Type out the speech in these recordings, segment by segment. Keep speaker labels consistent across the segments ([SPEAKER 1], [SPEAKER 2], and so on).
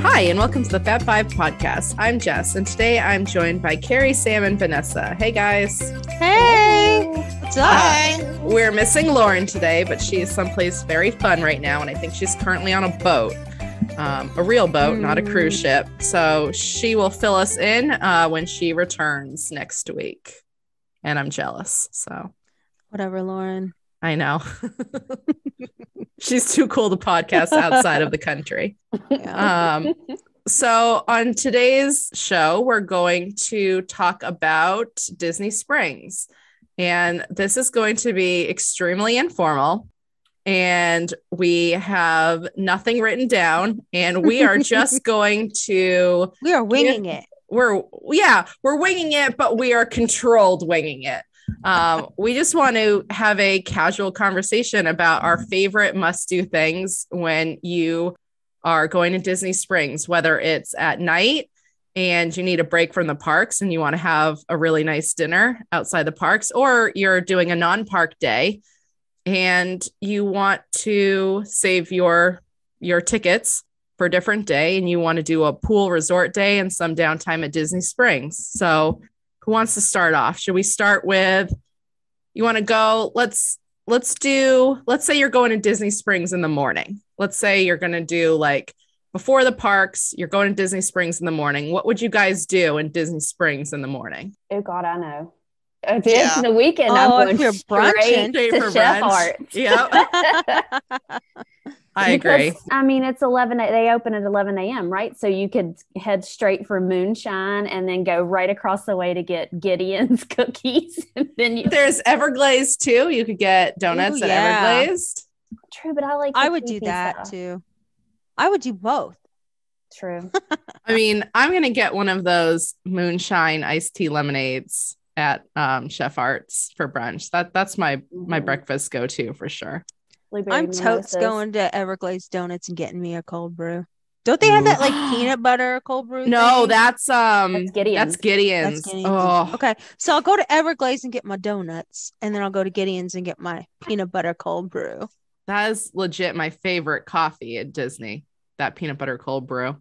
[SPEAKER 1] Hi, and welcome to the Fat Five podcast. I'm Jess, and today I'm joined by Carrie, Sam, and Vanessa. Hey, guys.
[SPEAKER 2] Hey, what's up?
[SPEAKER 1] We're missing Lauren today, but she is someplace very fun right now, and I think she's currently on a boat, um, a real boat, not a cruise ship. So she will fill us in uh, when she returns next week. And I'm jealous. So
[SPEAKER 2] Whatever, Lauren.
[SPEAKER 1] I know. she's too cool to podcast outside of the country.
[SPEAKER 2] Yeah.
[SPEAKER 1] Um, so on today's show, we're going to talk about Disney Springs. And this is going to be extremely informal. And we have nothing written down. And we are just going to,
[SPEAKER 2] we are winging it.
[SPEAKER 1] we're, yeah, we're winging it, but we are controlled winging it. Um, we just want to have a casual conversation about our favorite must do things when you are going to Disney Springs, whether it's at night and you need a break from the parks and you want to have a really nice dinner outside the parks, or you're doing a non park day and you want to save your your tickets for a different day and you want to do a pool resort day and some downtime at Disney Springs. So who wants to start off? Should we start with you want to go let's let's do let's say you're going to Disney Springs in the morning. Let's say you're going to do like before the parks, you're going to Disney Springs in the morning. What would you guys do in Disney Springs in the morning?
[SPEAKER 3] Oh God, I know. If it's
[SPEAKER 4] Yeah.
[SPEAKER 3] the weekend, I'm
[SPEAKER 2] Oh, if
[SPEAKER 3] going
[SPEAKER 2] you're
[SPEAKER 3] straight
[SPEAKER 2] brunching.
[SPEAKER 1] Stay
[SPEAKER 3] to
[SPEAKER 1] for
[SPEAKER 3] Chef
[SPEAKER 1] brunch.
[SPEAKER 3] Art.
[SPEAKER 1] Yep, I agree.
[SPEAKER 3] Because, I mean, it's eleven. a- They open at eleven a.m. Right, so you could head straight for Moonshine and then go right across the way to get Gideon's cookies. and then you,
[SPEAKER 1] There's Everglazed too. You could get donuts
[SPEAKER 2] Ooh,
[SPEAKER 1] at
[SPEAKER 2] yeah.
[SPEAKER 1] Everglazed.
[SPEAKER 3] true, but I like.
[SPEAKER 2] I
[SPEAKER 3] the
[SPEAKER 2] would
[SPEAKER 3] cheese
[SPEAKER 2] do that
[SPEAKER 3] pizza.
[SPEAKER 2] too. I would do both.
[SPEAKER 3] True.
[SPEAKER 1] I mean, I'm gonna get one of those moonshine iced tea lemonades at um, Chef Arts for brunch. That that's my my
[SPEAKER 3] Mhm.
[SPEAKER 1] breakfast go to for sure.
[SPEAKER 3] Blueberry
[SPEAKER 2] I'm totes
[SPEAKER 3] mimosas.
[SPEAKER 2] going to Everglades Donuts and getting me a cold brew. Don't they have that like peanut butter cold brew?
[SPEAKER 1] No,
[SPEAKER 2] thing?
[SPEAKER 1] that's um
[SPEAKER 3] That's Gideon's.
[SPEAKER 1] that's Gideon's.
[SPEAKER 2] That's Gideon's.
[SPEAKER 1] Oh,
[SPEAKER 2] Okay, so I'll go to Everglades and get my donuts, and then I'll go to Gideon's and get my peanut butter cold brew.
[SPEAKER 1] that is legit my favorite coffee at Disney. That peanut butter cold brew.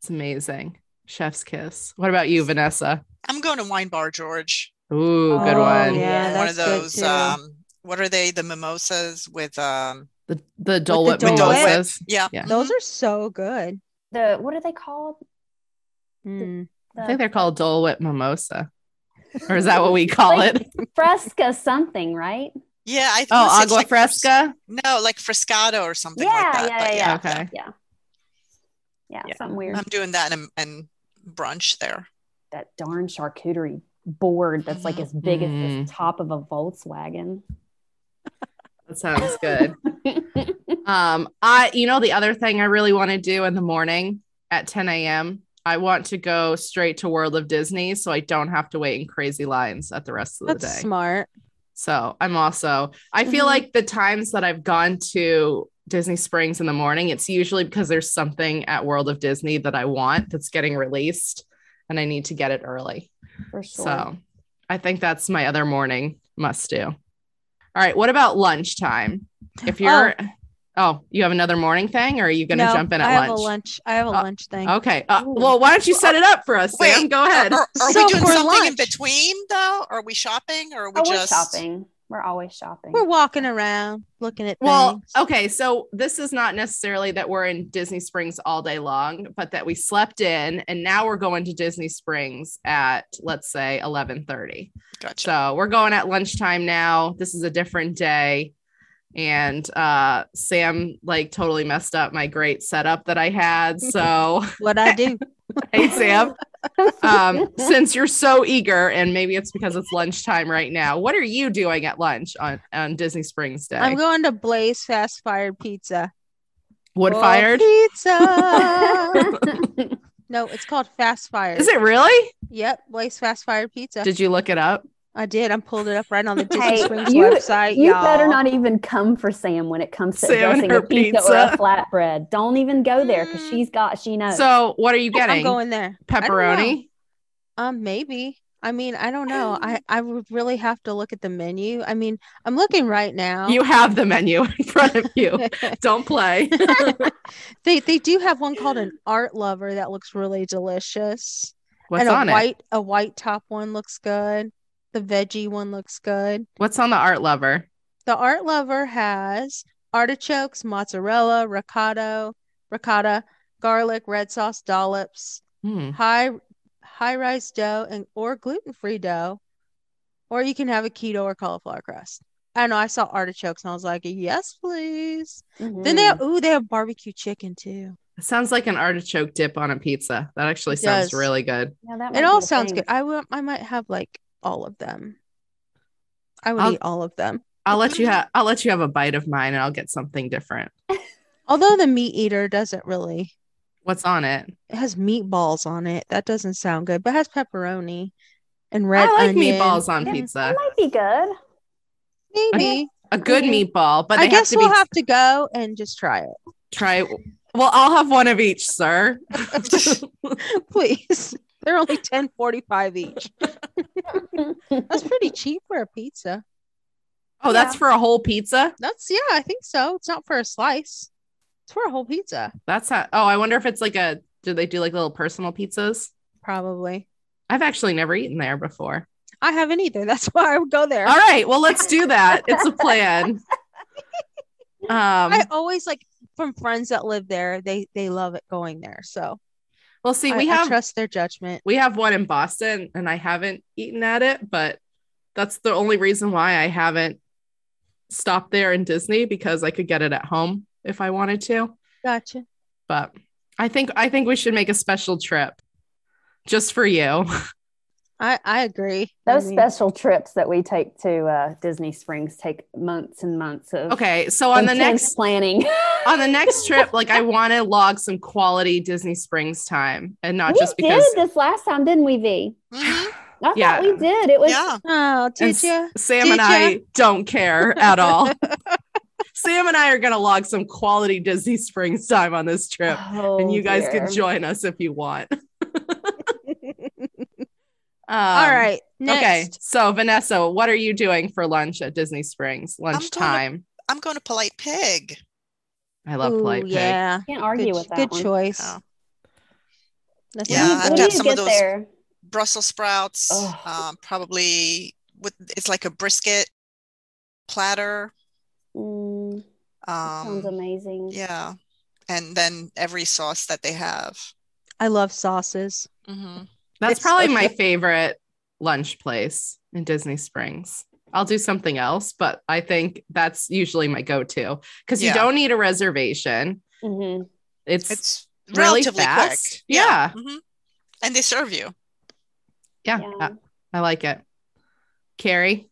[SPEAKER 1] It's amazing. Chef's kiss. What about you, Vanessa?
[SPEAKER 4] I'm going to Wine Bar George.
[SPEAKER 1] Ooh, good
[SPEAKER 2] Oh,
[SPEAKER 1] one.
[SPEAKER 2] yeah,
[SPEAKER 4] one of
[SPEAKER 2] that's good,
[SPEAKER 4] those.
[SPEAKER 2] too.
[SPEAKER 4] Um, what are they? The mimosas with um.
[SPEAKER 1] The the Dole Whip
[SPEAKER 2] With the Dole Whip.
[SPEAKER 1] mimosas.
[SPEAKER 4] Yeah.
[SPEAKER 1] Yeah.
[SPEAKER 2] Those are so good.
[SPEAKER 3] The what are they called?
[SPEAKER 2] Mm.
[SPEAKER 1] I think they're called Dole Whip mimosa, or is that what we call it?
[SPEAKER 3] Fresca something, right?
[SPEAKER 4] Yeah, I
[SPEAKER 1] Oh,
[SPEAKER 4] wanna say it's
[SPEAKER 1] agua
[SPEAKER 4] like fres-
[SPEAKER 1] fresca.
[SPEAKER 4] No, like frescato or something
[SPEAKER 3] yeah,
[SPEAKER 4] like that.
[SPEAKER 3] yeah,
[SPEAKER 4] but
[SPEAKER 3] yeah,
[SPEAKER 4] yeah.
[SPEAKER 1] Okay.
[SPEAKER 3] yeah, yeah,
[SPEAKER 1] Yeah. Um,
[SPEAKER 3] Something weird.
[SPEAKER 4] I'm doing that and, and brunch there.
[SPEAKER 3] that darn charcuterie board that's like as big as the top of a Volkswagen.
[SPEAKER 1] That sounds good. um, I you know the other thing I really want to do in the morning at 10 a.m. I want to go straight to World of Disney so I don't have to wait in crazy lines at the rest of the
[SPEAKER 2] That's
[SPEAKER 1] day.
[SPEAKER 2] smart. Mm-hmm.
[SPEAKER 1] So I'm also I feel
[SPEAKER 3] Mhm.
[SPEAKER 1] like the times that I've gone to Disney Springs in the morning, it's usually because there's something at World of Disney that I want that's getting released and I need to get it early.
[SPEAKER 3] For sure.
[SPEAKER 1] So I think that's my other morning must do. All right. What about lunchtime? If you're, oh, you have another morning thing or are you going to
[SPEAKER 2] No,
[SPEAKER 1] jump in at
[SPEAKER 2] I have
[SPEAKER 1] lunch?
[SPEAKER 2] a lunch. I have a
[SPEAKER 1] Oh,
[SPEAKER 2] lunch thing.
[SPEAKER 1] Okay. Uh,
[SPEAKER 3] Ooh.
[SPEAKER 1] well, why don't you set it up for us, Sam?
[SPEAKER 4] Wait,
[SPEAKER 1] Go ahead.
[SPEAKER 4] Are, are
[SPEAKER 2] So
[SPEAKER 4] we doing
[SPEAKER 2] for
[SPEAKER 4] something in
[SPEAKER 2] lunch-
[SPEAKER 4] between though? Are we shopping or are we
[SPEAKER 3] oh,
[SPEAKER 4] just
[SPEAKER 3] we're shopping. We're always shopping.
[SPEAKER 2] We're walking around looking at
[SPEAKER 1] Well, oh,
[SPEAKER 2] things.
[SPEAKER 1] okay. So this is not necessarily that we're in Disney Springs all day long, but that we slept in and now we're going to Disney Springs at let's say 11:30.
[SPEAKER 4] Gotcha.
[SPEAKER 1] So we're going at lunchtime now. This is a different day. And uh, Sam like totally messed up my great setup that I had. So
[SPEAKER 2] What I do.
[SPEAKER 1] hey Sam, um, since you're so eager, and maybe it's because it's lunchtime right now, what are you doing at lunch on, on Disney Springs Day?
[SPEAKER 2] I'm going to Blaze Fast Fired Pizza.
[SPEAKER 1] Wood
[SPEAKER 2] Oh,
[SPEAKER 1] fired?
[SPEAKER 2] Pizza. no, it's called Fast Fired.
[SPEAKER 1] Is it really?
[SPEAKER 2] Yep, Blaze Fast Fired Pizza.
[SPEAKER 1] Did you look it up?
[SPEAKER 2] I did. I pulled it up right on the Disney
[SPEAKER 3] Hey,
[SPEAKER 2] Springs
[SPEAKER 3] you-
[SPEAKER 2] website.
[SPEAKER 3] you
[SPEAKER 2] y'all.
[SPEAKER 3] better not even come for Sam when it comes to
[SPEAKER 1] Sam and
[SPEAKER 3] dressing
[SPEAKER 1] her
[SPEAKER 3] a pizza, or a
[SPEAKER 1] pizza.
[SPEAKER 3] flatbread. Don't even go there because
[SPEAKER 2] Mm.
[SPEAKER 3] she's got she knows.
[SPEAKER 1] So what are you
[SPEAKER 2] Oh, I'm
[SPEAKER 1] getting?
[SPEAKER 2] going there. I don't know.
[SPEAKER 1] Pepperoni?
[SPEAKER 2] Um, maybe. I mean, I don't know. I I would really have to look at the menu. I mean, I'm looking right now.
[SPEAKER 1] You have the menu in front of you. Don't play.
[SPEAKER 2] They they do have one called an art lover that looks really delicious.
[SPEAKER 1] What's
[SPEAKER 2] and a
[SPEAKER 1] on it?
[SPEAKER 2] white a white top one looks good. The veggie one looks good.
[SPEAKER 1] What's on the art lover?
[SPEAKER 2] The art lover has artichokes, mozzarella, ricotta, ricotta, garlic, red sauce, dollops,
[SPEAKER 1] Hmm.
[SPEAKER 2] high high rise dough and or gluten free dough. Or you can have a keto or cauliflower crust. I know I saw artichokes and I was like, yes, please.
[SPEAKER 3] Mm-hmm.
[SPEAKER 2] Then they
[SPEAKER 1] Mm.
[SPEAKER 2] have, ooh, they have barbecue chicken too.
[SPEAKER 1] Sounds like an artichoke dip on a pizza. That actually
[SPEAKER 2] It
[SPEAKER 1] sounds
[SPEAKER 2] does.
[SPEAKER 1] really good.
[SPEAKER 3] Yeah, that might
[SPEAKER 2] It
[SPEAKER 3] be
[SPEAKER 2] all
[SPEAKER 3] the
[SPEAKER 2] sounds
[SPEAKER 3] thing.
[SPEAKER 2] good. I will, I might have like all of them. I would
[SPEAKER 1] I'll-
[SPEAKER 2] eat all of them.
[SPEAKER 1] I'll let you have I'll let you have a bite of mine and I'll get something different.
[SPEAKER 2] Although the meat eater doesn't really,
[SPEAKER 1] What's on it?
[SPEAKER 2] it has meatballs on it. That doesn't sound good, but it has pepperoni and
[SPEAKER 1] I
[SPEAKER 2] red
[SPEAKER 1] like
[SPEAKER 2] onion.
[SPEAKER 1] meatballs on
[SPEAKER 3] Yeah,
[SPEAKER 1] pizza.
[SPEAKER 3] That might be good.
[SPEAKER 2] Maybe.
[SPEAKER 1] A good
[SPEAKER 3] Mhm.
[SPEAKER 1] meatball, but
[SPEAKER 2] I
[SPEAKER 1] they have
[SPEAKER 2] guess
[SPEAKER 1] to
[SPEAKER 2] we'll
[SPEAKER 1] be
[SPEAKER 2] have to go and just try it,
[SPEAKER 1] try well, I'll have one of each, sir.
[SPEAKER 2] please. They're only ten forty-five each. That's pretty cheap for a pizza.
[SPEAKER 1] Oh, that's
[SPEAKER 3] Yeah.
[SPEAKER 1] for a whole pizza?
[SPEAKER 2] That's yeah, I think so. It's not for a slice. It's for a whole pizza,
[SPEAKER 1] That's how oh, I wonder if it's like a do they do like little personal pizzas?
[SPEAKER 2] probably.
[SPEAKER 1] I've actually never eaten there before.
[SPEAKER 2] I haven't either. That's why I would go there.
[SPEAKER 1] All right, well, let's do that. It's a plan. Um,
[SPEAKER 2] I always like from friends that live there. They they love it going there. So
[SPEAKER 1] we'll see.
[SPEAKER 2] I-
[SPEAKER 1] We
[SPEAKER 2] I
[SPEAKER 1] have
[SPEAKER 2] trust their judgment.
[SPEAKER 1] we have one in Boston, and I haven't eaten at it, but that's the only reason why I haven't stopped there in Disney because I could get it at home if I wanted to.
[SPEAKER 2] Gotcha.
[SPEAKER 1] But I think I think we should make a special trip just for you.
[SPEAKER 2] I I agree. I
[SPEAKER 3] Those
[SPEAKER 2] mean,
[SPEAKER 3] special trips that we take to uh, Disney Springs take months and months of
[SPEAKER 1] Okay, so on the
[SPEAKER 3] intense
[SPEAKER 1] next
[SPEAKER 3] planning.
[SPEAKER 1] on the next trip, like I want to log some quality Disney Springs time, and not
[SPEAKER 3] we
[SPEAKER 1] just because.
[SPEAKER 3] did this last time, didn't we, V?
[SPEAKER 4] Mhm.
[SPEAKER 3] I
[SPEAKER 1] Yeah.
[SPEAKER 3] thought we did. It was
[SPEAKER 4] yeah.
[SPEAKER 2] Oh,
[SPEAKER 1] And
[SPEAKER 2] did you?
[SPEAKER 1] Sam
[SPEAKER 2] Did
[SPEAKER 1] and I don't care at all. Sam and I are going to log some quality Disney Springs time on this trip. and
[SPEAKER 3] Oh,
[SPEAKER 1] you guys can join us if you want.
[SPEAKER 2] All right.
[SPEAKER 1] Um, Okay.
[SPEAKER 2] Next.
[SPEAKER 1] So, Vanessa, what are you doing for lunch at Disney Springs? Lunchtime.
[SPEAKER 4] I'm going to Polite Pig.
[SPEAKER 1] I love
[SPEAKER 2] Ooh,
[SPEAKER 1] Polite Pig.
[SPEAKER 2] Yeah.
[SPEAKER 3] Can't argue
[SPEAKER 2] Good,
[SPEAKER 3] with that.
[SPEAKER 2] good
[SPEAKER 3] one.
[SPEAKER 2] choice.
[SPEAKER 4] Oh.
[SPEAKER 2] That's
[SPEAKER 4] Yeah,
[SPEAKER 3] When do
[SPEAKER 4] I have to
[SPEAKER 3] you
[SPEAKER 4] have some of
[SPEAKER 3] get
[SPEAKER 4] those-
[SPEAKER 3] there?
[SPEAKER 4] Brussels sprouts,
[SPEAKER 3] Ugh.
[SPEAKER 4] um, probably with it's like a brisket platter.
[SPEAKER 3] Mm, that sounds
[SPEAKER 4] Um,
[SPEAKER 3] amazing.
[SPEAKER 4] yeah. And then every sauce that they have.
[SPEAKER 2] I love sauces.
[SPEAKER 4] Mhm.
[SPEAKER 1] That's
[SPEAKER 2] It's
[SPEAKER 1] probably
[SPEAKER 2] so
[SPEAKER 1] my
[SPEAKER 2] good.
[SPEAKER 1] favorite lunch place in Disney Springs. I'll do something else, but I think that's usually my go to because you
[SPEAKER 4] Yeah.
[SPEAKER 1] don't need a reservation.
[SPEAKER 3] Mhm.
[SPEAKER 1] It's,
[SPEAKER 4] It's
[SPEAKER 1] really
[SPEAKER 4] relatively
[SPEAKER 1] fast.
[SPEAKER 4] quick.
[SPEAKER 1] Yeah.
[SPEAKER 4] Mhm. And they serve you.
[SPEAKER 1] yeah,
[SPEAKER 3] Yeah.
[SPEAKER 1] I- I like it. Carrie?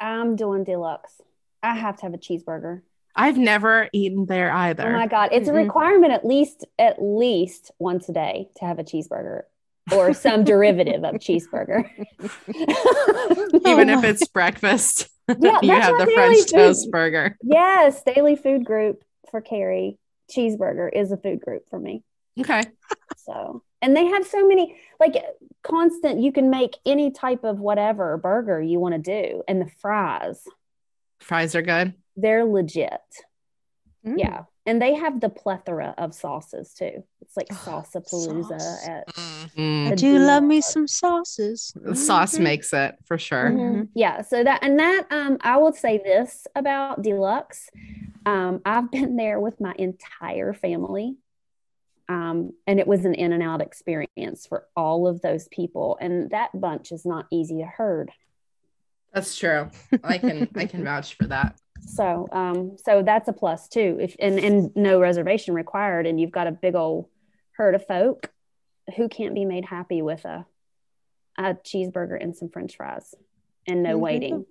[SPEAKER 3] I'm doing deluxe. I have to have a cheeseburger.
[SPEAKER 1] I've never eaten there Mm-hmm. either.
[SPEAKER 3] Oh my god, it's
[SPEAKER 2] Mm-mm.
[SPEAKER 3] a requirement at least at least once a day to have a cheeseburger or some derivative of cheeseburger.
[SPEAKER 1] Even
[SPEAKER 2] Oh
[SPEAKER 1] if
[SPEAKER 2] my-
[SPEAKER 1] it's breakfast,
[SPEAKER 3] Yeah,
[SPEAKER 1] you
[SPEAKER 3] that's
[SPEAKER 1] have
[SPEAKER 3] my
[SPEAKER 1] the
[SPEAKER 3] daily
[SPEAKER 1] French
[SPEAKER 3] food.
[SPEAKER 1] toast burger.
[SPEAKER 3] Yes, daily food group for Carrie. Cheeseburger is a food group for me.
[SPEAKER 1] Okay.
[SPEAKER 3] So, and they have so many like constant. You can make any type of whatever burger you want to do, and the fries
[SPEAKER 1] Fries are good.
[SPEAKER 3] they're legit.
[SPEAKER 2] Mm.
[SPEAKER 3] Yeah, and they have the plethora of sauces too. It's like salsa palooza
[SPEAKER 4] Sauce.
[SPEAKER 3] at
[SPEAKER 4] Mm.
[SPEAKER 1] Mm.
[SPEAKER 2] I
[SPEAKER 3] The
[SPEAKER 2] do love me
[SPEAKER 3] deluxe.
[SPEAKER 2] some sauces.
[SPEAKER 1] The sauce
[SPEAKER 2] Mhm.
[SPEAKER 1] makes it for sure.
[SPEAKER 2] Mhm.
[SPEAKER 3] Mm-hmm. Yeah, so that and that um I will say this about Deluxe. Um I've been there with my entire family. Um and it was an in and out experience for all of those people and that bunch is not easy to herd.
[SPEAKER 1] That's true. I can I can vouch for that.
[SPEAKER 3] So um so that's a plus too. If and and no reservation required and you've got a big old herd of folk who can't be made happy with a a cheeseburger and some french fries and no
[SPEAKER 2] Mhm.
[SPEAKER 3] waiting.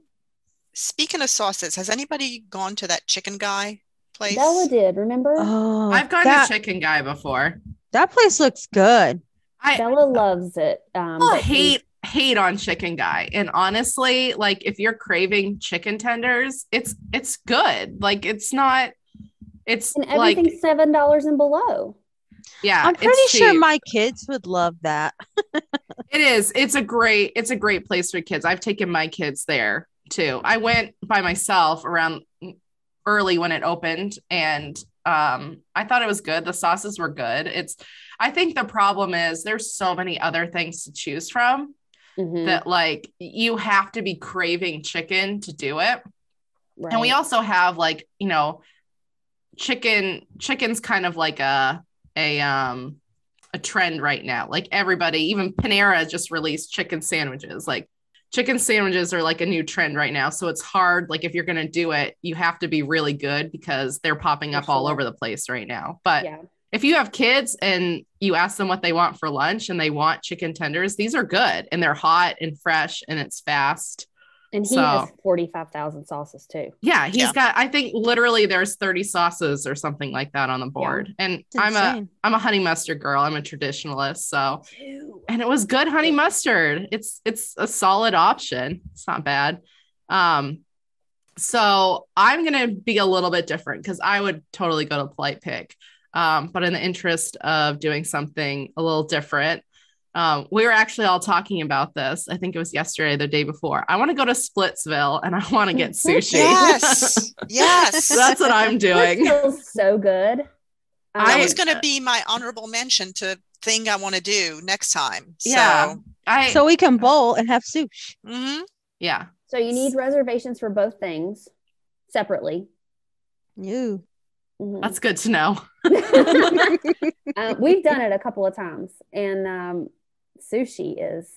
[SPEAKER 4] Speaking of sauces, has anybody gone to that chicken guy place?
[SPEAKER 3] Bella did, remember?
[SPEAKER 2] Oh,
[SPEAKER 1] I've gone
[SPEAKER 2] that,
[SPEAKER 1] to Chicken Guy before.
[SPEAKER 2] that place looks good.
[SPEAKER 1] I
[SPEAKER 3] Bella loves it. Um,
[SPEAKER 1] people
[SPEAKER 3] but she-
[SPEAKER 1] Oh, hate hate on Chicken Guy. And honestly, like if you're craving chicken tenders, it's it's good. Like it's not it's
[SPEAKER 3] and
[SPEAKER 1] like
[SPEAKER 3] everything's seven dollars and below.
[SPEAKER 1] Yeah,
[SPEAKER 2] I'm
[SPEAKER 1] it's
[SPEAKER 2] pretty sure
[SPEAKER 1] cheap.
[SPEAKER 2] my kids would love that.
[SPEAKER 1] It is. It's a great. It's a great place for kids. I've taken my kids there too. I went by myself around early when it opened, and um, I thought it was good. The sauces were good. It's. I think the problem is there's so many other things to choose from
[SPEAKER 3] Mhm,
[SPEAKER 1] that like you have to be craving chicken to do it.
[SPEAKER 3] Mm-hmm. right.
[SPEAKER 1] And we also have like, you know, chicken chicken's kind of like a a um a trend right now. Like everybody, even Panera just released chicken sandwiches. Like chicken sandwiches are like a new trend right now. So it's hard like if you're going to do it, you have to be really good because they're popping
[SPEAKER 3] For
[SPEAKER 1] up all
[SPEAKER 3] sure.
[SPEAKER 1] over the place right now. But
[SPEAKER 3] yeah,
[SPEAKER 1] if you have kids and you ask them what they want for lunch and they want chicken tenders, these are good and they're hot and fresh and it's fast.
[SPEAKER 3] and he
[SPEAKER 1] so-
[SPEAKER 3] has forty five thousand sauces too.
[SPEAKER 1] Yeah, he's
[SPEAKER 4] Yeah.
[SPEAKER 1] got I think literally there's 30 sauces or something like that on the board. And
[SPEAKER 2] It's
[SPEAKER 1] I'm a
[SPEAKER 2] insane.
[SPEAKER 1] I'm a honey mustard girl. I'm a traditionalist, so and it was good honey mustard. It's it's a solid option. It's not bad. Um so I'm going to be a little bit different cuz I would totally go to polite pick. Um but in the interest of doing something a little different, um, we were actually all talking about this. I think it was yesterday, the day before. I want to go to Splitsville and I want to get sushi.
[SPEAKER 4] Yes. Yes.
[SPEAKER 1] So that's what I'm
[SPEAKER 3] That
[SPEAKER 1] doing.
[SPEAKER 3] feels so good. Um,
[SPEAKER 1] I-
[SPEAKER 4] that was going to be my honorable mention to thing I want to do next time. So,
[SPEAKER 1] Yeah. I
[SPEAKER 2] So we can bowl and have sushi.
[SPEAKER 4] mhm.
[SPEAKER 1] yeah.
[SPEAKER 3] so you need reservations for both things separately.
[SPEAKER 2] You.
[SPEAKER 3] Mhm.
[SPEAKER 1] That's good to know.
[SPEAKER 3] um, we've done it a couple of times, and um, sushi is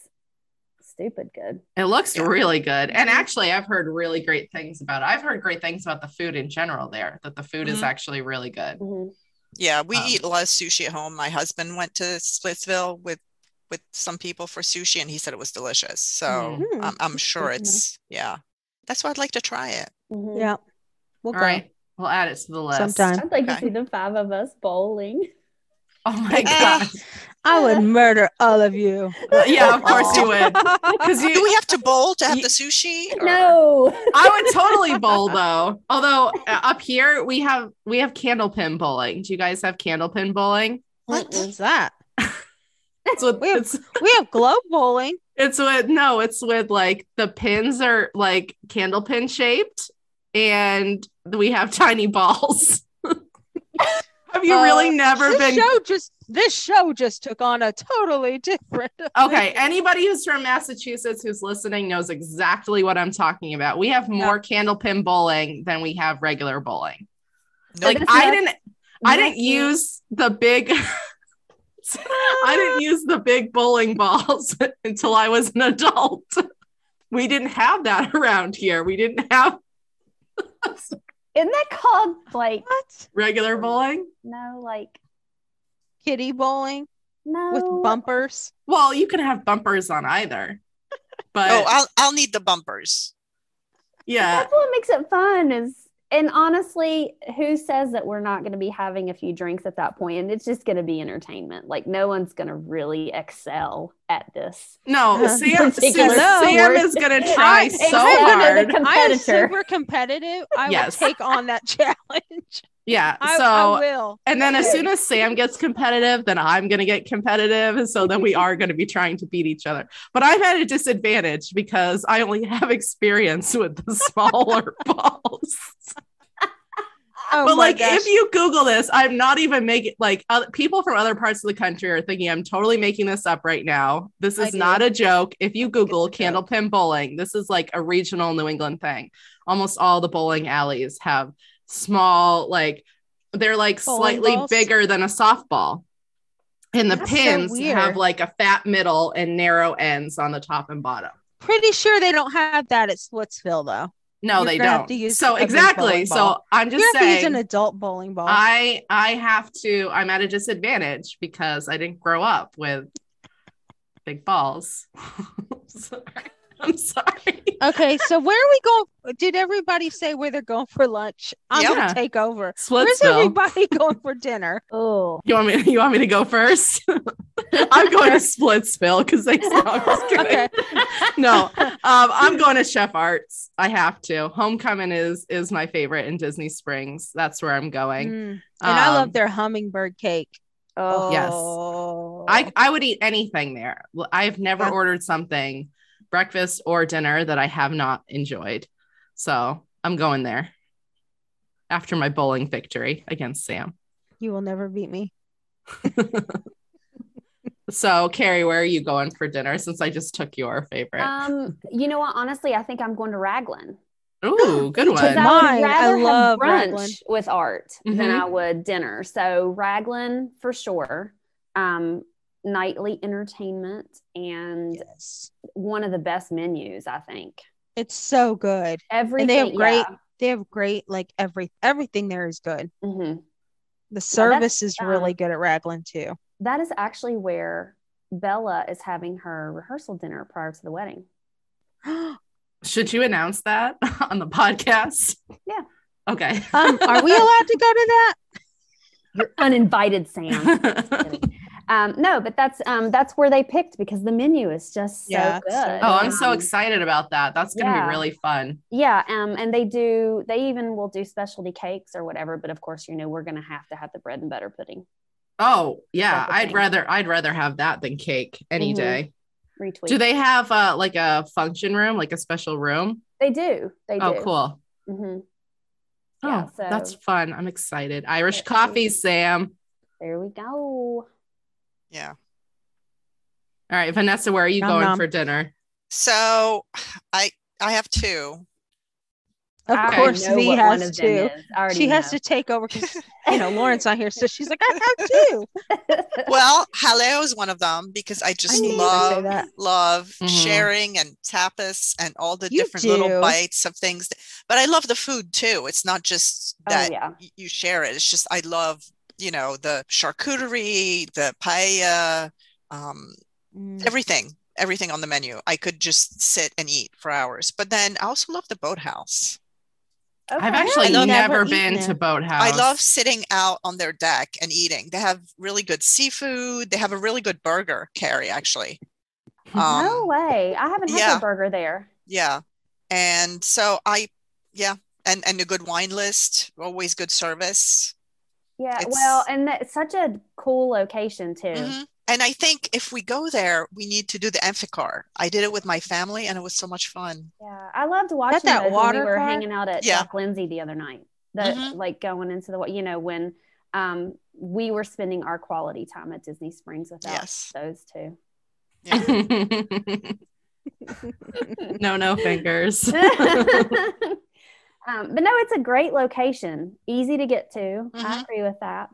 [SPEAKER 3] stupid good.
[SPEAKER 1] It looks
[SPEAKER 4] Yeah.
[SPEAKER 1] really good. And
[SPEAKER 2] Mm-hmm.
[SPEAKER 1] actually I've heard really great things about it. I've heard great things about the food in general there, that the food is
[SPEAKER 2] Mm-hmm.
[SPEAKER 4] Mhm.
[SPEAKER 1] actually really good.
[SPEAKER 3] Mhm.
[SPEAKER 4] yeah, we
[SPEAKER 1] Um,
[SPEAKER 4] eat a lot of sushi at home. My husband went to Splitsville with with some people for sushi, and he said it was delicious. So
[SPEAKER 2] Mhm.
[SPEAKER 4] I'm, I'm sure
[SPEAKER 2] good to know.
[SPEAKER 4] it's yeah. That's why I'd like to try it.
[SPEAKER 3] Mhm.
[SPEAKER 2] Yeah. We'll
[SPEAKER 1] All
[SPEAKER 2] go.
[SPEAKER 1] right. We'll add it to the list.
[SPEAKER 2] Sometime.
[SPEAKER 3] I'd like to
[SPEAKER 4] Okay.
[SPEAKER 3] see the five of us bowling.
[SPEAKER 1] Oh
[SPEAKER 2] Eh.
[SPEAKER 1] my
[SPEAKER 4] Ah.
[SPEAKER 1] god.
[SPEAKER 2] I would murder all of you.
[SPEAKER 1] yeah, of course you would. Because
[SPEAKER 4] Do
[SPEAKER 1] you
[SPEAKER 4] we have to bowl to have
[SPEAKER 1] Ye-
[SPEAKER 4] the sushi? or-
[SPEAKER 3] No.
[SPEAKER 1] I would totally bowl though. Although uh, up here we have we have candlepin bowling. Do you guys have candlepin bowling?
[SPEAKER 4] What?
[SPEAKER 3] Mm-mm.
[SPEAKER 2] What's that?
[SPEAKER 1] It's what
[SPEAKER 2] We have
[SPEAKER 1] it's
[SPEAKER 2] We have globe bowling.
[SPEAKER 1] It's with no, it's with like the pins are like candle pin shaped, and we have tiny balls. have you
[SPEAKER 2] Uh,
[SPEAKER 1] really never
[SPEAKER 2] this
[SPEAKER 1] been
[SPEAKER 2] show just this show just took on a totally different
[SPEAKER 1] okay? Anybody who's from Massachusetts who's listening knows exactly what I'm talking about. We have more candle pin bowling than we have regular bowling.
[SPEAKER 4] Nope.
[SPEAKER 1] Like
[SPEAKER 3] that's
[SPEAKER 1] I
[SPEAKER 3] not-
[SPEAKER 1] didn't, I
[SPEAKER 3] That's
[SPEAKER 1] didn't use the big. I didn't use the big bowling balls until I was an adult. We didn't have that around here. We didn't have
[SPEAKER 3] Isn't that called like
[SPEAKER 2] what?
[SPEAKER 1] regular bowling.
[SPEAKER 3] no like
[SPEAKER 2] Kitty bowling
[SPEAKER 3] no
[SPEAKER 2] with bumpers.
[SPEAKER 1] Well, you can have bumpers on either. But
[SPEAKER 4] Oh, I'll I'll need the bumpers.
[SPEAKER 1] yeah,
[SPEAKER 3] That's what makes it fun is and honestly, who says that we're not going to be having a few drinks at that point? And it's just going to be entertainment. Like no one's going to really excel at this.
[SPEAKER 1] no, Sam, Sam,
[SPEAKER 3] Particular
[SPEAKER 1] Sam
[SPEAKER 3] sport.
[SPEAKER 1] is going to try
[SPEAKER 3] Exactly.
[SPEAKER 1] so
[SPEAKER 3] Exactly.
[SPEAKER 1] hard.
[SPEAKER 3] The
[SPEAKER 2] I am
[SPEAKER 3] competitor.
[SPEAKER 2] super competitive. I
[SPEAKER 1] Yes.
[SPEAKER 2] will take on that challenge.
[SPEAKER 1] Yeah.
[SPEAKER 2] I, I
[SPEAKER 1] So,
[SPEAKER 2] will.
[SPEAKER 1] and then as soon as Sam gets competitive, then I'm going to get competitive. And so then we are going to be trying to beat each other. But I'm at a disadvantage because I only have experience with the smaller balls.
[SPEAKER 2] Oh
[SPEAKER 1] but
[SPEAKER 2] my
[SPEAKER 1] like
[SPEAKER 2] gosh.
[SPEAKER 1] if you google this i'm not even making like other, people from other parts of the country are thinking i'm totally making this up right now this
[SPEAKER 2] I
[SPEAKER 1] is
[SPEAKER 2] do.
[SPEAKER 1] not a joke if you google
[SPEAKER 2] a joke.
[SPEAKER 1] candlepin bowling this is like a regional new england thing almost all the bowling alleys have small like they're like
[SPEAKER 2] Bowling
[SPEAKER 1] slightly
[SPEAKER 2] balls?
[SPEAKER 1] bigger than a softball and the
[SPEAKER 2] That's so
[SPEAKER 1] pins have
[SPEAKER 2] weird.
[SPEAKER 1] like a fat middle and narrow ends on the top and bottom
[SPEAKER 2] pretty sure they don't have that at Splitsville though.
[SPEAKER 1] no
[SPEAKER 2] You're
[SPEAKER 1] they
[SPEAKER 2] gonna have
[SPEAKER 1] don't
[SPEAKER 2] to use a
[SPEAKER 1] so
[SPEAKER 2] big
[SPEAKER 1] exactly
[SPEAKER 2] bowling
[SPEAKER 1] so
[SPEAKER 2] ball.
[SPEAKER 1] i'm just
[SPEAKER 2] you have to use
[SPEAKER 1] saying
[SPEAKER 2] an adult bowling ball.
[SPEAKER 1] I I have to I'm at a disadvantage because I didn't grow up with big balls. I'm sorry. I'm sorry.
[SPEAKER 2] okay, so where are we going? Did everybody say where they're going for lunch? I'm
[SPEAKER 1] Yeah.
[SPEAKER 2] gonna take over. Where's
[SPEAKER 1] Splitsville.
[SPEAKER 2] everybody going for dinner?
[SPEAKER 3] Oh,
[SPEAKER 1] You want me you want me to go first? I'm going to Splitsville because they no, I'm just kidding.
[SPEAKER 2] Okay.
[SPEAKER 1] No. Um, I'm going to Chef Arts. I have to. Homecoming is is my favorite in Disney Springs. That's where I'm going.
[SPEAKER 2] Mm. And I
[SPEAKER 1] Um,
[SPEAKER 2] love their hummingbird cake. Oh,
[SPEAKER 1] Yes.
[SPEAKER 3] Oh.
[SPEAKER 1] I, I would eat anything there. Well, I've never
[SPEAKER 4] Yeah.
[SPEAKER 1] ordered something, breakfast or dinner, that I have not enjoyed. So I'm going there after my bowling victory against Sam.
[SPEAKER 2] you will never beat me.
[SPEAKER 1] So, Carrie, where are you going for dinner since I just took your favorite?
[SPEAKER 3] Um, you know what? Honestly, I think I'm going to Raglan.
[SPEAKER 1] Ooh, good one.
[SPEAKER 3] Because
[SPEAKER 2] that-
[SPEAKER 3] I
[SPEAKER 2] Mine.
[SPEAKER 3] would
[SPEAKER 2] I
[SPEAKER 3] rather have
[SPEAKER 2] love
[SPEAKER 3] brunch
[SPEAKER 2] Raglan.
[SPEAKER 3] with art than
[SPEAKER 1] Mhm.
[SPEAKER 3] I would dinner. So Raglan for sure. Um, nightly entertainment and
[SPEAKER 2] Yes.
[SPEAKER 3] one of the best menus, I think.
[SPEAKER 2] It's so good.
[SPEAKER 3] Everything.
[SPEAKER 2] And they have great,
[SPEAKER 3] yeah.
[SPEAKER 2] they have great, like every everything there is good.
[SPEAKER 3] Mhm.
[SPEAKER 2] The
[SPEAKER 3] that's,
[SPEAKER 2] service is really good at Raglan too.
[SPEAKER 3] That is actually where Bella is having her rehearsal dinner prior to the wedding.
[SPEAKER 2] Um,
[SPEAKER 1] Should you announce that on the podcast?
[SPEAKER 3] Yeah. Uh,
[SPEAKER 1] Okay.
[SPEAKER 2] um, are we allowed to go to that?
[SPEAKER 3] You're uninvited, Sam. um, no, but that's um, that's where they picked because the menu is just so
[SPEAKER 2] Yeah,
[SPEAKER 3] good.
[SPEAKER 2] it's so good.
[SPEAKER 1] Oh, I'm so
[SPEAKER 3] Um,
[SPEAKER 1] excited about that. That's going to
[SPEAKER 3] yeah.
[SPEAKER 1] be really fun.
[SPEAKER 3] Yeah, um, and they do. They even will do specialty cakes or whatever. But of course, you know we're gonna have to have the bread and butter pudding.
[SPEAKER 1] Oh, yeah.
[SPEAKER 3] That's the
[SPEAKER 1] I'd
[SPEAKER 3] thing.
[SPEAKER 1] rather I'd rather have that than cake any
[SPEAKER 3] Mhm.
[SPEAKER 1] day.
[SPEAKER 3] Retweet.
[SPEAKER 1] Do they have uh, like a function room, like a special room?
[SPEAKER 3] They do. They
[SPEAKER 1] oh,
[SPEAKER 3] do.
[SPEAKER 1] cool.
[SPEAKER 3] hmm
[SPEAKER 1] Oh,
[SPEAKER 3] Yeah,
[SPEAKER 1] that's
[SPEAKER 3] so-
[SPEAKER 1] fun. I'm excited. Irish
[SPEAKER 3] Yeah.
[SPEAKER 1] coffee, Sam.
[SPEAKER 3] There we go.
[SPEAKER 4] Yeah.
[SPEAKER 1] All right, Vanessa, where are you
[SPEAKER 2] Nom
[SPEAKER 1] going
[SPEAKER 2] nom.
[SPEAKER 1] for dinner?
[SPEAKER 4] So I I have two.
[SPEAKER 2] Of
[SPEAKER 3] I
[SPEAKER 2] course,
[SPEAKER 3] know
[SPEAKER 2] V
[SPEAKER 3] what one
[SPEAKER 2] has
[SPEAKER 3] of them
[SPEAKER 2] to.
[SPEAKER 3] is. I already
[SPEAKER 2] She has
[SPEAKER 3] know.
[SPEAKER 2] to take over because you know Lauren's not here, so she's like, I have to.
[SPEAKER 3] Oh,
[SPEAKER 4] Well, halal is one of them because I just
[SPEAKER 2] knew you were gonna say
[SPEAKER 4] love
[SPEAKER 2] that.
[SPEAKER 4] love
[SPEAKER 1] Mhm.
[SPEAKER 4] sharing and tapas and all the
[SPEAKER 2] You
[SPEAKER 4] different little
[SPEAKER 2] do.
[SPEAKER 4] bites of things. that- But I love the food too. It's not just
[SPEAKER 3] Oh
[SPEAKER 4] that
[SPEAKER 3] yeah.
[SPEAKER 4] y- you share it. It's just I love, you know, the charcuterie, the paella, um, everything, everything on the menu. I could just sit and eat for hours. But then I also love the boathouse.
[SPEAKER 1] I've
[SPEAKER 3] Okay.
[SPEAKER 1] actually
[SPEAKER 4] I love-
[SPEAKER 1] never
[SPEAKER 2] Never
[SPEAKER 1] been
[SPEAKER 2] eaten
[SPEAKER 1] to
[SPEAKER 2] it.
[SPEAKER 1] Boathouse.
[SPEAKER 4] I love sitting out on their deck and eating. They have really good seafood. They have a really good burger, Carrie, actually. Um,
[SPEAKER 3] no way. I haven't had
[SPEAKER 4] yeah.
[SPEAKER 3] a burger there.
[SPEAKER 4] Yeah. And so I, yeah. And, and a good wine list, always good service.
[SPEAKER 3] Yeah.
[SPEAKER 4] It's-
[SPEAKER 3] Well, and that's such a cool location too.
[SPEAKER 4] Mhm. And I think if we go there, we need to do the amphicar. I did it with my family and it was so much fun.
[SPEAKER 3] Yeah, I loved watching
[SPEAKER 2] that
[SPEAKER 3] those
[SPEAKER 2] water
[SPEAKER 3] when we were
[SPEAKER 2] car?
[SPEAKER 3] hanging out at
[SPEAKER 4] Yeah.
[SPEAKER 3] Jack Lindsay the other night. The
[SPEAKER 4] Mhm.
[SPEAKER 3] like going into the wa- you know when um we were spending our quality time at Disney Springs without
[SPEAKER 4] Yes.
[SPEAKER 3] those two.
[SPEAKER 4] Yeah.
[SPEAKER 1] no, no fingers.
[SPEAKER 3] Um, but no, it's a great location, easy to get to. I
[SPEAKER 4] Mhm.
[SPEAKER 3] agree with that.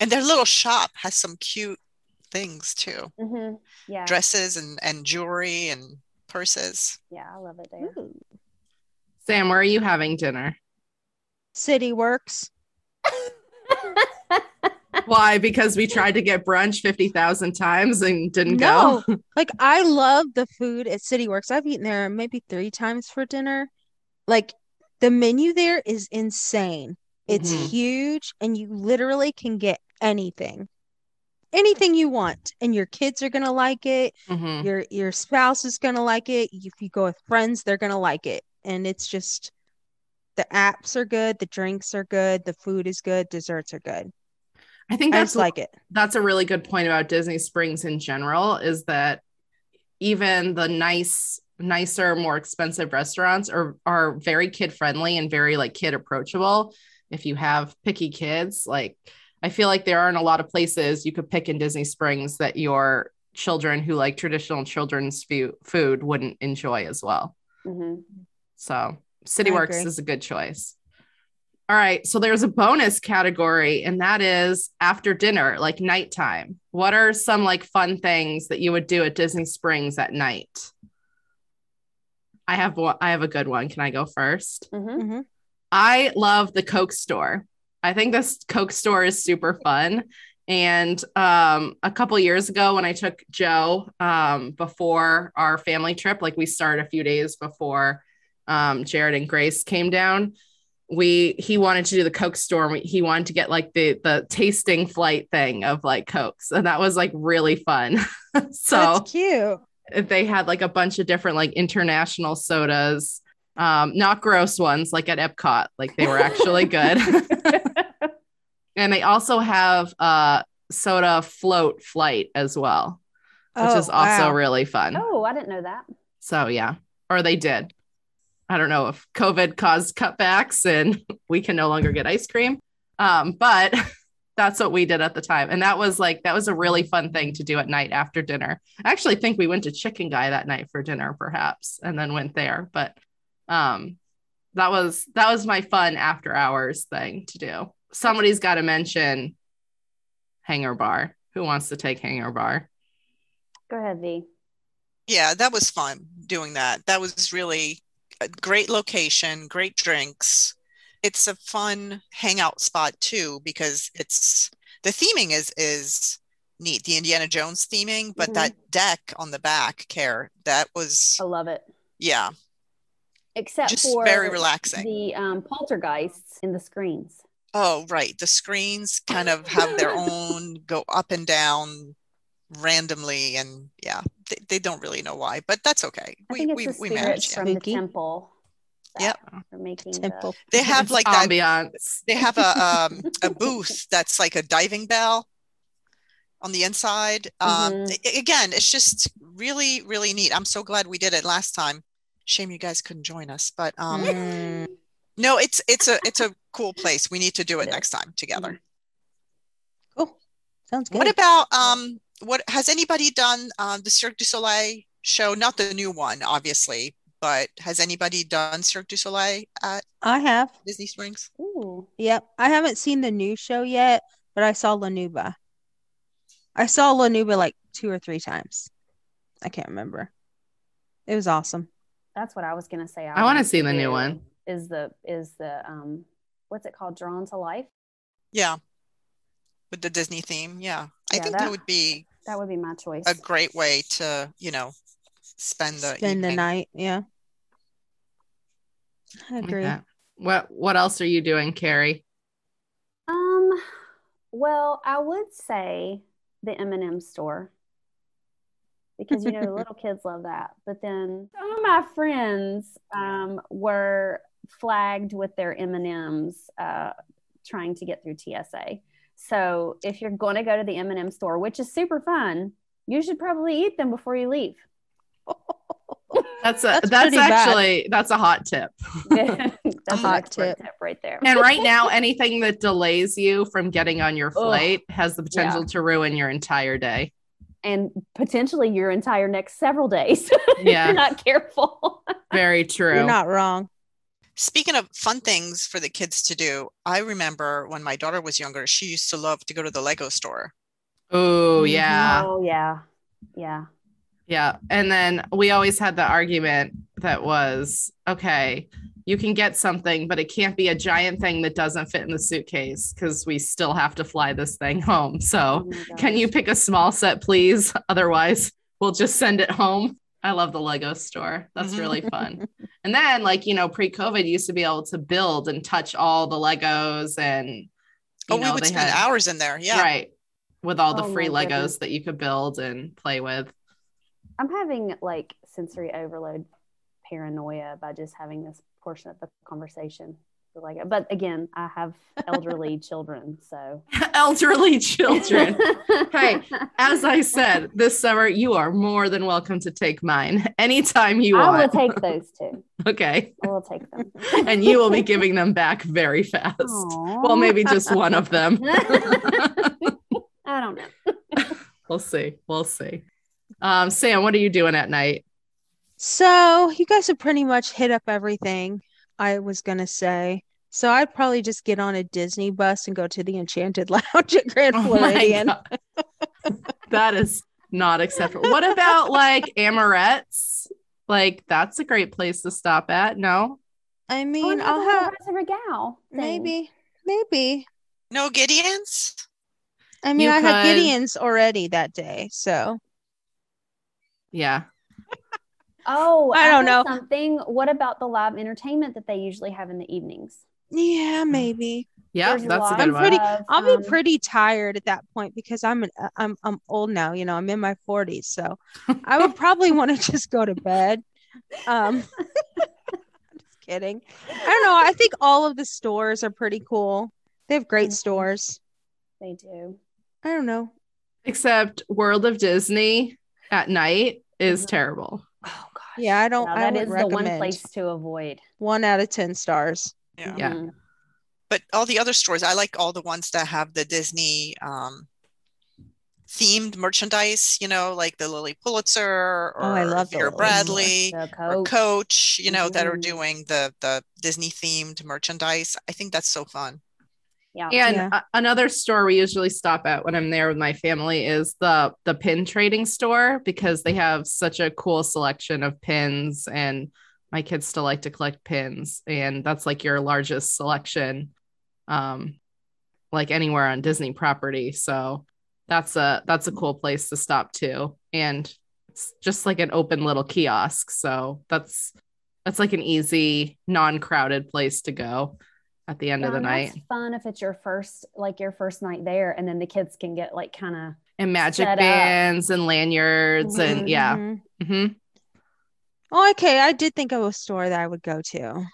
[SPEAKER 4] And their little shop has some cute things too,
[SPEAKER 3] hmm Yeah,
[SPEAKER 4] dresses and, and jewelry and purses.
[SPEAKER 3] yeah, I love it there.
[SPEAKER 2] Ooh.
[SPEAKER 1] Sam, where are you having dinner?
[SPEAKER 2] City Works.
[SPEAKER 1] Why? Because we tried to get brunch 50,000 times and didn't
[SPEAKER 2] No,
[SPEAKER 1] go.
[SPEAKER 2] like I love the food at City Works. I've eaten there maybe three times for dinner. Like the menu there is insane. It's
[SPEAKER 1] Mhm.
[SPEAKER 2] huge, and you literally can get anything, anything you want, and your kids are gonna like it.
[SPEAKER 1] Mhm.
[SPEAKER 2] your your spouse is gonna like it if you go with friends they're gonna like it and it's just the apps are good the drinks are good the food is good desserts are good
[SPEAKER 1] I think
[SPEAKER 2] i
[SPEAKER 1] that's
[SPEAKER 2] just like it
[SPEAKER 1] that's a really good point about Disney Springs in general is that even the nice nicer more expensive restaurants are are very kid friendly and very like kid approachable if you have picky kids like I feel like there aren't a lot of places you could pick in Disney Springs that your children who like traditional children's fu- food wouldn't enjoy as well.
[SPEAKER 3] hmm
[SPEAKER 1] So City
[SPEAKER 2] I
[SPEAKER 1] Works
[SPEAKER 2] agree.
[SPEAKER 1] is a good choice. All right. So there's a bonus category, and that is after dinner, like nighttime. What are some like fun things that you would do at Disney Springs at night? I have one, I have a good one. Can I go first?
[SPEAKER 3] hmm
[SPEAKER 2] hmm
[SPEAKER 1] I love the Coke store. I think this Coke store is super fun. And um, a couple years ago, when I took Joe um, before our family trip, like we started a few days before um, Jared and Grace came down, we he wanted to do the Coke store. and we- He wanted to get like the the tasting flight thing of like Cokes, and that was like really fun. so
[SPEAKER 2] that's cute
[SPEAKER 1] they had like a bunch of different like international sodas um not gross ones like at epcot like they were actually good and they also have uh soda float flight as well, which
[SPEAKER 2] Oh,
[SPEAKER 1] is also
[SPEAKER 2] wow.
[SPEAKER 1] really fun.
[SPEAKER 3] Oh, I didn't know that.
[SPEAKER 1] So yeah, or they did. I don't know if COVID caused cutbacks and we can no longer get ice cream. Um, but that's what we did at the time. And that was like, that was a really fun thing to do at night after dinner. I actually think we went to Chicken Guy that night for dinner, perhaps, and then went there. But um, that was that was my fun after hours thing to do. Somebody's got to mention Hanger Bar. Who wants to take Hanger Bar?
[SPEAKER 3] Go ahead, V.
[SPEAKER 4] Yeah, that was fun doing that. That was really a great location, great drinks. It's a fun hangout spot too because it's the theming is is neat, the Indiana Jones theming, but
[SPEAKER 3] Mhm.
[SPEAKER 4] that deck on the back, Care, that was
[SPEAKER 3] I love it.
[SPEAKER 4] yeah,
[SPEAKER 3] Except
[SPEAKER 4] just
[SPEAKER 3] for
[SPEAKER 4] very relaxing.
[SPEAKER 3] the um, poltergeists in the screens.
[SPEAKER 4] Oh, right. The screens kind of have their own go up and down randomly and yeah, they, they don't really know why, but that's okay.
[SPEAKER 3] I
[SPEAKER 4] We
[SPEAKER 3] think it's
[SPEAKER 4] we
[SPEAKER 3] the
[SPEAKER 4] we
[SPEAKER 3] spirits
[SPEAKER 4] managed.
[SPEAKER 3] from
[SPEAKER 2] Spooky.
[SPEAKER 3] the temple.
[SPEAKER 4] Yep.
[SPEAKER 3] For making the-
[SPEAKER 2] Temple.
[SPEAKER 4] They have like that
[SPEAKER 1] Ambiance.
[SPEAKER 4] they have a um, a booth that's like a diving bell on the inside. Um,
[SPEAKER 3] Mhm.
[SPEAKER 4] a- again, it's just really, really neat. I'm so glad we did it last time. Shame you guys couldn't join us, but um,
[SPEAKER 2] Mm.
[SPEAKER 4] no, it's it's a it's a cool place. We need to do it
[SPEAKER 3] It
[SPEAKER 4] next time together.
[SPEAKER 2] Cool. Sounds good.
[SPEAKER 4] What about um what has anybody done um the Cirque du Soleil show? Not the new one, obviously, but has anybody done Cirque du Soleil at
[SPEAKER 2] I have.
[SPEAKER 4] Disney Springs?
[SPEAKER 3] Ooh.
[SPEAKER 2] Yep. I haven't seen the new show yet, but I saw La Nuba. I saw La Nuba like two or three times. I can't remember. It was awesome.
[SPEAKER 3] That's what I was gonna say.
[SPEAKER 1] I wanna
[SPEAKER 3] wanted
[SPEAKER 1] see the
[SPEAKER 3] do
[SPEAKER 1] new one.
[SPEAKER 3] Is the is the um what's it called? Drawn to life.
[SPEAKER 4] Yeah. With the Disney theme. Yeah. I
[SPEAKER 3] Yeah,
[SPEAKER 4] think
[SPEAKER 3] that-
[SPEAKER 4] that would be
[SPEAKER 3] That would be my choice.
[SPEAKER 4] a great way to, you know, spend the
[SPEAKER 2] Spend the
[SPEAKER 4] evening.
[SPEAKER 2] night. Yeah. I
[SPEAKER 1] Like
[SPEAKER 2] agree.
[SPEAKER 1] that. What what else are you doing, Carrie?
[SPEAKER 3] Um, well, I would say the M and M store because you know the little kids love that. But then some of my friends um, were flagged with their M and M's uh, trying to get through TSA. So if you're going to go to the M and M store, which is super fun, you should probably eat them before you leave.
[SPEAKER 1] That's a that's,
[SPEAKER 2] That's pretty bad.
[SPEAKER 1] actually that's a hot tip.
[SPEAKER 3] That's a
[SPEAKER 4] Hot
[SPEAKER 3] expert
[SPEAKER 2] tip.
[SPEAKER 3] tip right there.
[SPEAKER 1] And right now, anything that delays you from getting on your flight has the potential to ruin your entire day.
[SPEAKER 3] And potentially your entire next several days if you're
[SPEAKER 1] Yeah,
[SPEAKER 3] not careful.
[SPEAKER 1] very true.
[SPEAKER 2] You're not wrong.
[SPEAKER 4] Speaking of fun things for the kids to do, I remember when my daughter was younger, she used to love to go to the Lego store.
[SPEAKER 1] oh
[SPEAKER 2] Mhm.
[SPEAKER 1] yeah,
[SPEAKER 3] oh yeah. Yeah.
[SPEAKER 1] yeah. And then we always had the argument that was okay, you can get something, but it can't be a giant thing that doesn't fit in the suitcase because we still have to fly this thing home. So.
[SPEAKER 3] Oh my gosh.
[SPEAKER 1] Oh, Can you pick a small set, please? Otherwise, we'll just send it home. I love the Lego store. That's
[SPEAKER 4] Mhm.
[SPEAKER 1] really fun. And then, like, you know, pre COVID, used to be able to build and touch all the Legos and, you
[SPEAKER 4] Oh, we
[SPEAKER 1] know,
[SPEAKER 4] would
[SPEAKER 1] they
[SPEAKER 4] spend
[SPEAKER 1] had-
[SPEAKER 4] hours in there. Yeah.
[SPEAKER 1] Right. With all the
[SPEAKER 3] Oh,
[SPEAKER 1] free
[SPEAKER 3] my
[SPEAKER 1] Legos
[SPEAKER 3] goodness.
[SPEAKER 1] that you could build and play with.
[SPEAKER 3] I'm having like sensory overload paranoia by just having this portion of the conversation. So, Like, but again, I have elderly children, so
[SPEAKER 1] Elderly children. Hey, As I said this summer, you are more than welcome to take mine anytime you
[SPEAKER 3] I will
[SPEAKER 1] want.
[SPEAKER 3] take those two.
[SPEAKER 1] Okay.
[SPEAKER 3] I will take them.
[SPEAKER 1] And you will be giving them back very fast. Well, maybe just one of them.
[SPEAKER 3] I don't know.
[SPEAKER 1] We'll see. We'll see. Um, Sam, what are you doing at night?
[SPEAKER 2] So you guys have pretty much hit up everything I was gonna say. So I'd probably just get on a Disney bus and go to the Enchanted Lounge at Grand
[SPEAKER 1] Oh my
[SPEAKER 2] Floridian.
[SPEAKER 1] God. that is not acceptable. What about like Amorettes? Like that's a great place to stop at. No,
[SPEAKER 2] I
[SPEAKER 3] Oh,
[SPEAKER 2] mean,
[SPEAKER 3] and
[SPEAKER 2] I'll
[SPEAKER 3] there's a
[SPEAKER 2] have
[SPEAKER 3] Rise and Regal thing.
[SPEAKER 2] maybe, maybe.
[SPEAKER 4] No Gideons?
[SPEAKER 2] I mean,
[SPEAKER 1] You
[SPEAKER 2] I had
[SPEAKER 1] could-
[SPEAKER 2] Gideon's already that day, so
[SPEAKER 1] yeah,
[SPEAKER 3] Oh,
[SPEAKER 2] I don't
[SPEAKER 3] have
[SPEAKER 2] know.
[SPEAKER 3] something. What about the live entertainment that they usually have in the evenings?
[SPEAKER 2] yeah, maybe.
[SPEAKER 1] yeah,
[SPEAKER 3] There's
[SPEAKER 1] that's a
[SPEAKER 3] lots
[SPEAKER 1] good
[SPEAKER 2] I'm
[SPEAKER 1] one.
[SPEAKER 2] pretty-
[SPEAKER 3] of,
[SPEAKER 2] Mm. I'll be
[SPEAKER 3] um,
[SPEAKER 2] pretty tired at that point because I'm an, uh, I'm I'm old now, you know, I'm in my 40s, so I would probably want to just go to bed. Um, just kidding. I don't know. I think all of the stores are pretty cool. They have great
[SPEAKER 3] Mhm.
[SPEAKER 2] stores.
[SPEAKER 3] They do.
[SPEAKER 2] I don't know.
[SPEAKER 1] Except World of Disney at night is
[SPEAKER 3] Mhm.
[SPEAKER 1] terrible.
[SPEAKER 3] Oh gosh.
[SPEAKER 2] Yeah, I don't.
[SPEAKER 3] Now,
[SPEAKER 2] I
[SPEAKER 3] that
[SPEAKER 2] would
[SPEAKER 3] is the one
[SPEAKER 2] recommend
[SPEAKER 3] place to avoid.
[SPEAKER 2] one out of ten stars.
[SPEAKER 4] Yeah.
[SPEAKER 1] Yeah.
[SPEAKER 3] Mhm.
[SPEAKER 4] But all the other stores, I like all the ones that have the Disney um, themed merchandise, you know, like the Lily Pulitzer or
[SPEAKER 2] Oh, I love the
[SPEAKER 4] Vera
[SPEAKER 2] Lily Pulitzer. Oh, mm-hmm.
[SPEAKER 4] Bradley
[SPEAKER 3] The
[SPEAKER 4] or
[SPEAKER 3] coat.
[SPEAKER 4] Coach, you know, that are
[SPEAKER 3] Mhm.
[SPEAKER 4] doing the the Disney themed merchandise. I think that's so fun.
[SPEAKER 3] yeah.
[SPEAKER 1] And
[SPEAKER 2] Yeah.
[SPEAKER 1] a- another store we usually stop at when I'm there with my family is the the pin trading store because they have such a cool selection of pins and my kids still like to collect pins and that's like your largest selection um like anywhere on Disney property. So that's a that's a cool place to stop too and it's just like an open little kiosk. So that's that's like an easy non-crowded place to go at the end of
[SPEAKER 3] Yeah,
[SPEAKER 1] the
[SPEAKER 3] and
[SPEAKER 1] night.
[SPEAKER 3] Um, that's fun if it's your first, like your first night there, and then the kids can get like kind of
[SPEAKER 1] and magic
[SPEAKER 3] set up.
[SPEAKER 1] bands and lanyards and yeah
[SPEAKER 2] Mhm.
[SPEAKER 1] hmm
[SPEAKER 2] Oh, okay. I did think of a store that I would go to.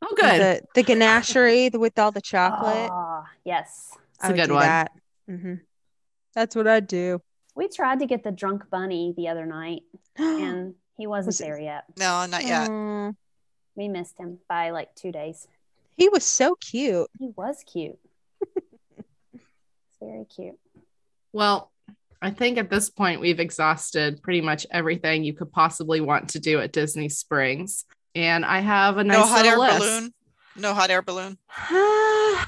[SPEAKER 1] oh good
[SPEAKER 2] The the ganachery with all the chocolate.
[SPEAKER 3] Ah, yes.
[SPEAKER 1] it's
[SPEAKER 2] I
[SPEAKER 1] a
[SPEAKER 2] would
[SPEAKER 1] good
[SPEAKER 2] do
[SPEAKER 1] one
[SPEAKER 2] that. hmm That's what I do.
[SPEAKER 3] We tried to get the drunk bunny the other night, and he wasn't
[SPEAKER 2] Was it-
[SPEAKER 3] there yet.
[SPEAKER 4] No,
[SPEAKER 2] Mm,
[SPEAKER 4] not yet.
[SPEAKER 2] Aw.
[SPEAKER 3] We missed him by like two days.
[SPEAKER 2] He was so cute.
[SPEAKER 3] He was cute. It's very cute.
[SPEAKER 1] well i think at this point we've exhausted pretty much everything you could possibly want to do at disney springs and i have a nice
[SPEAKER 4] No hot air
[SPEAKER 1] little list.
[SPEAKER 4] balloon. No hot air balloon.
[SPEAKER 1] i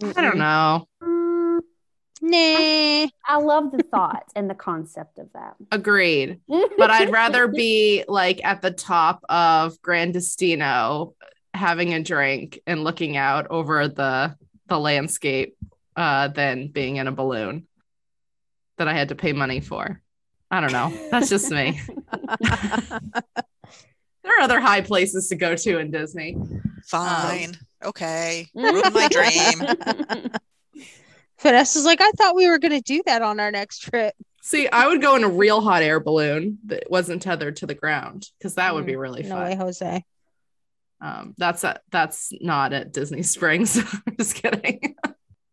[SPEAKER 1] don't know
[SPEAKER 3] Mm,
[SPEAKER 2] Nah.
[SPEAKER 3] I love the thought and the concept of that.
[SPEAKER 1] agreed but i'd rather be like at the top of grandestino having a drink and looking out over the the landscape uh than being in a balloon that i had to pay money for i don't know that's just me there are other high places to go to in disney
[SPEAKER 2] Oh.
[SPEAKER 4] Fine. Okay. Ruin my dream.
[SPEAKER 2] Vanessa's like, I thought we were gonna do that on our next trip.
[SPEAKER 1] see i would go in a real hot air balloon that wasn't tethered to the ground because that would be really
[SPEAKER 2] No
[SPEAKER 1] fun
[SPEAKER 2] way, Jose.
[SPEAKER 1] Um, that's a, that's not at Disney Springs. I'm just kidding.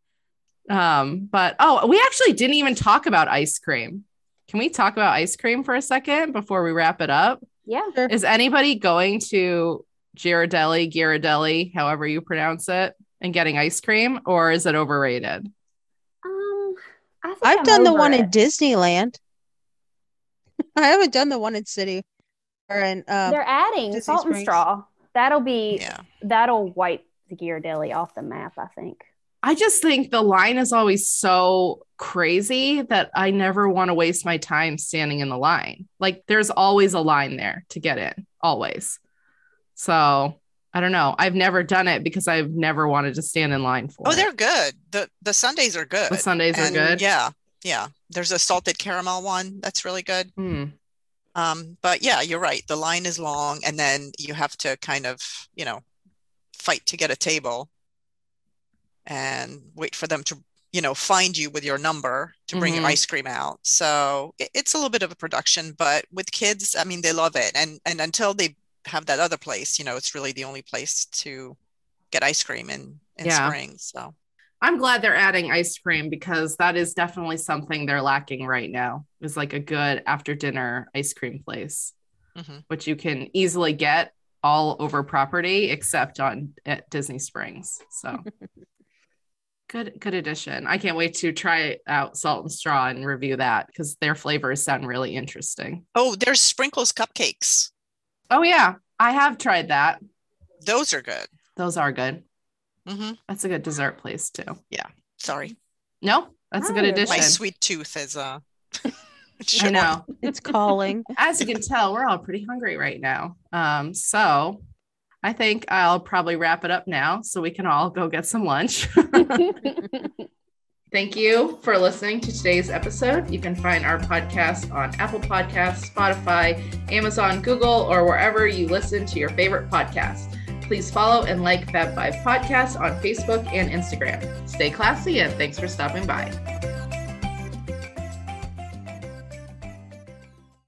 [SPEAKER 1] um, but oh, we actually didn't even talk about ice cream. Can we talk about ice cream for a second before we wrap it up?
[SPEAKER 3] yeah.
[SPEAKER 1] Is anybody going to Girardelli, Girardelli, however you pronounce it, and getting ice cream, or is it overrated?
[SPEAKER 3] Um, I think
[SPEAKER 2] I've
[SPEAKER 3] I'm
[SPEAKER 2] done the
[SPEAKER 3] over
[SPEAKER 2] one in
[SPEAKER 3] it.
[SPEAKER 2] Disneyland. I haven't done the one in City or in uh,
[SPEAKER 3] They're adding
[SPEAKER 2] Disney
[SPEAKER 3] salt and
[SPEAKER 2] Springs.
[SPEAKER 3] straw. That'll be
[SPEAKER 4] Yeah.
[SPEAKER 3] that'll wipe the Ghirardelli off the map. I think.
[SPEAKER 1] I just think the line is always so crazy that I never want to waste my time standing in the line. Like there's always a line there to get in, always. So I don't know. I've never done it because I've never wanted to stand in line for
[SPEAKER 4] Oh,
[SPEAKER 1] it.
[SPEAKER 4] they're good. The the Sundays are good.
[SPEAKER 1] the Sundays
[SPEAKER 4] And
[SPEAKER 1] are good.
[SPEAKER 4] yeah, yeah. There's a salted caramel one that's really good.
[SPEAKER 1] Hmm.
[SPEAKER 4] Um, but yeah, you're right. The line is long, and then you have to kind of, you know, fight to get a table and wait for them to, you know, find you with your number to bring your
[SPEAKER 1] Mhm.
[SPEAKER 4] ice cream out. So it, it's a little bit of a production, but with kids, I mean, they love it. And and until they have that other place, you know, it's really the only place to get ice cream in in
[SPEAKER 1] Yeah.
[SPEAKER 4] spring. So
[SPEAKER 1] I'm glad they're adding ice cream because that is definitely something they're lacking right now. Is like a good after dinner ice cream place,
[SPEAKER 4] Mhm.
[SPEAKER 1] which you can easily get all over property except on at Disney Springs. So good, good addition. I can't wait to try out Salt and Straw and review that because their flavors sound really interesting.
[SPEAKER 4] oh, there's sprinkles cupcakes.
[SPEAKER 1] Oh yeah, I have tried that.
[SPEAKER 4] Those are good.
[SPEAKER 1] Those are good.
[SPEAKER 4] hmm
[SPEAKER 1] That's a good dessert place too.
[SPEAKER 4] Sorry,
[SPEAKER 1] No, that's a good
[SPEAKER 3] Oh, you're right.
[SPEAKER 1] addition.
[SPEAKER 4] my sweet tooth is uh.
[SPEAKER 1] I
[SPEAKER 4] showing.
[SPEAKER 1] know.
[SPEAKER 2] it's calling.
[SPEAKER 1] as you can tell, we're all pretty hungry right now. Um, so I think I'll probably wrap it up now so we can all go get some lunch. Thank you for listening to today's episode. You can find our podcast on Apple Podcasts, Spotify, Amazon, Google, or wherever you listen to your favorite podcast. Please follow and like Fab5 Podcast on Facebook and Instagram. Stay classy and thanks for stopping by.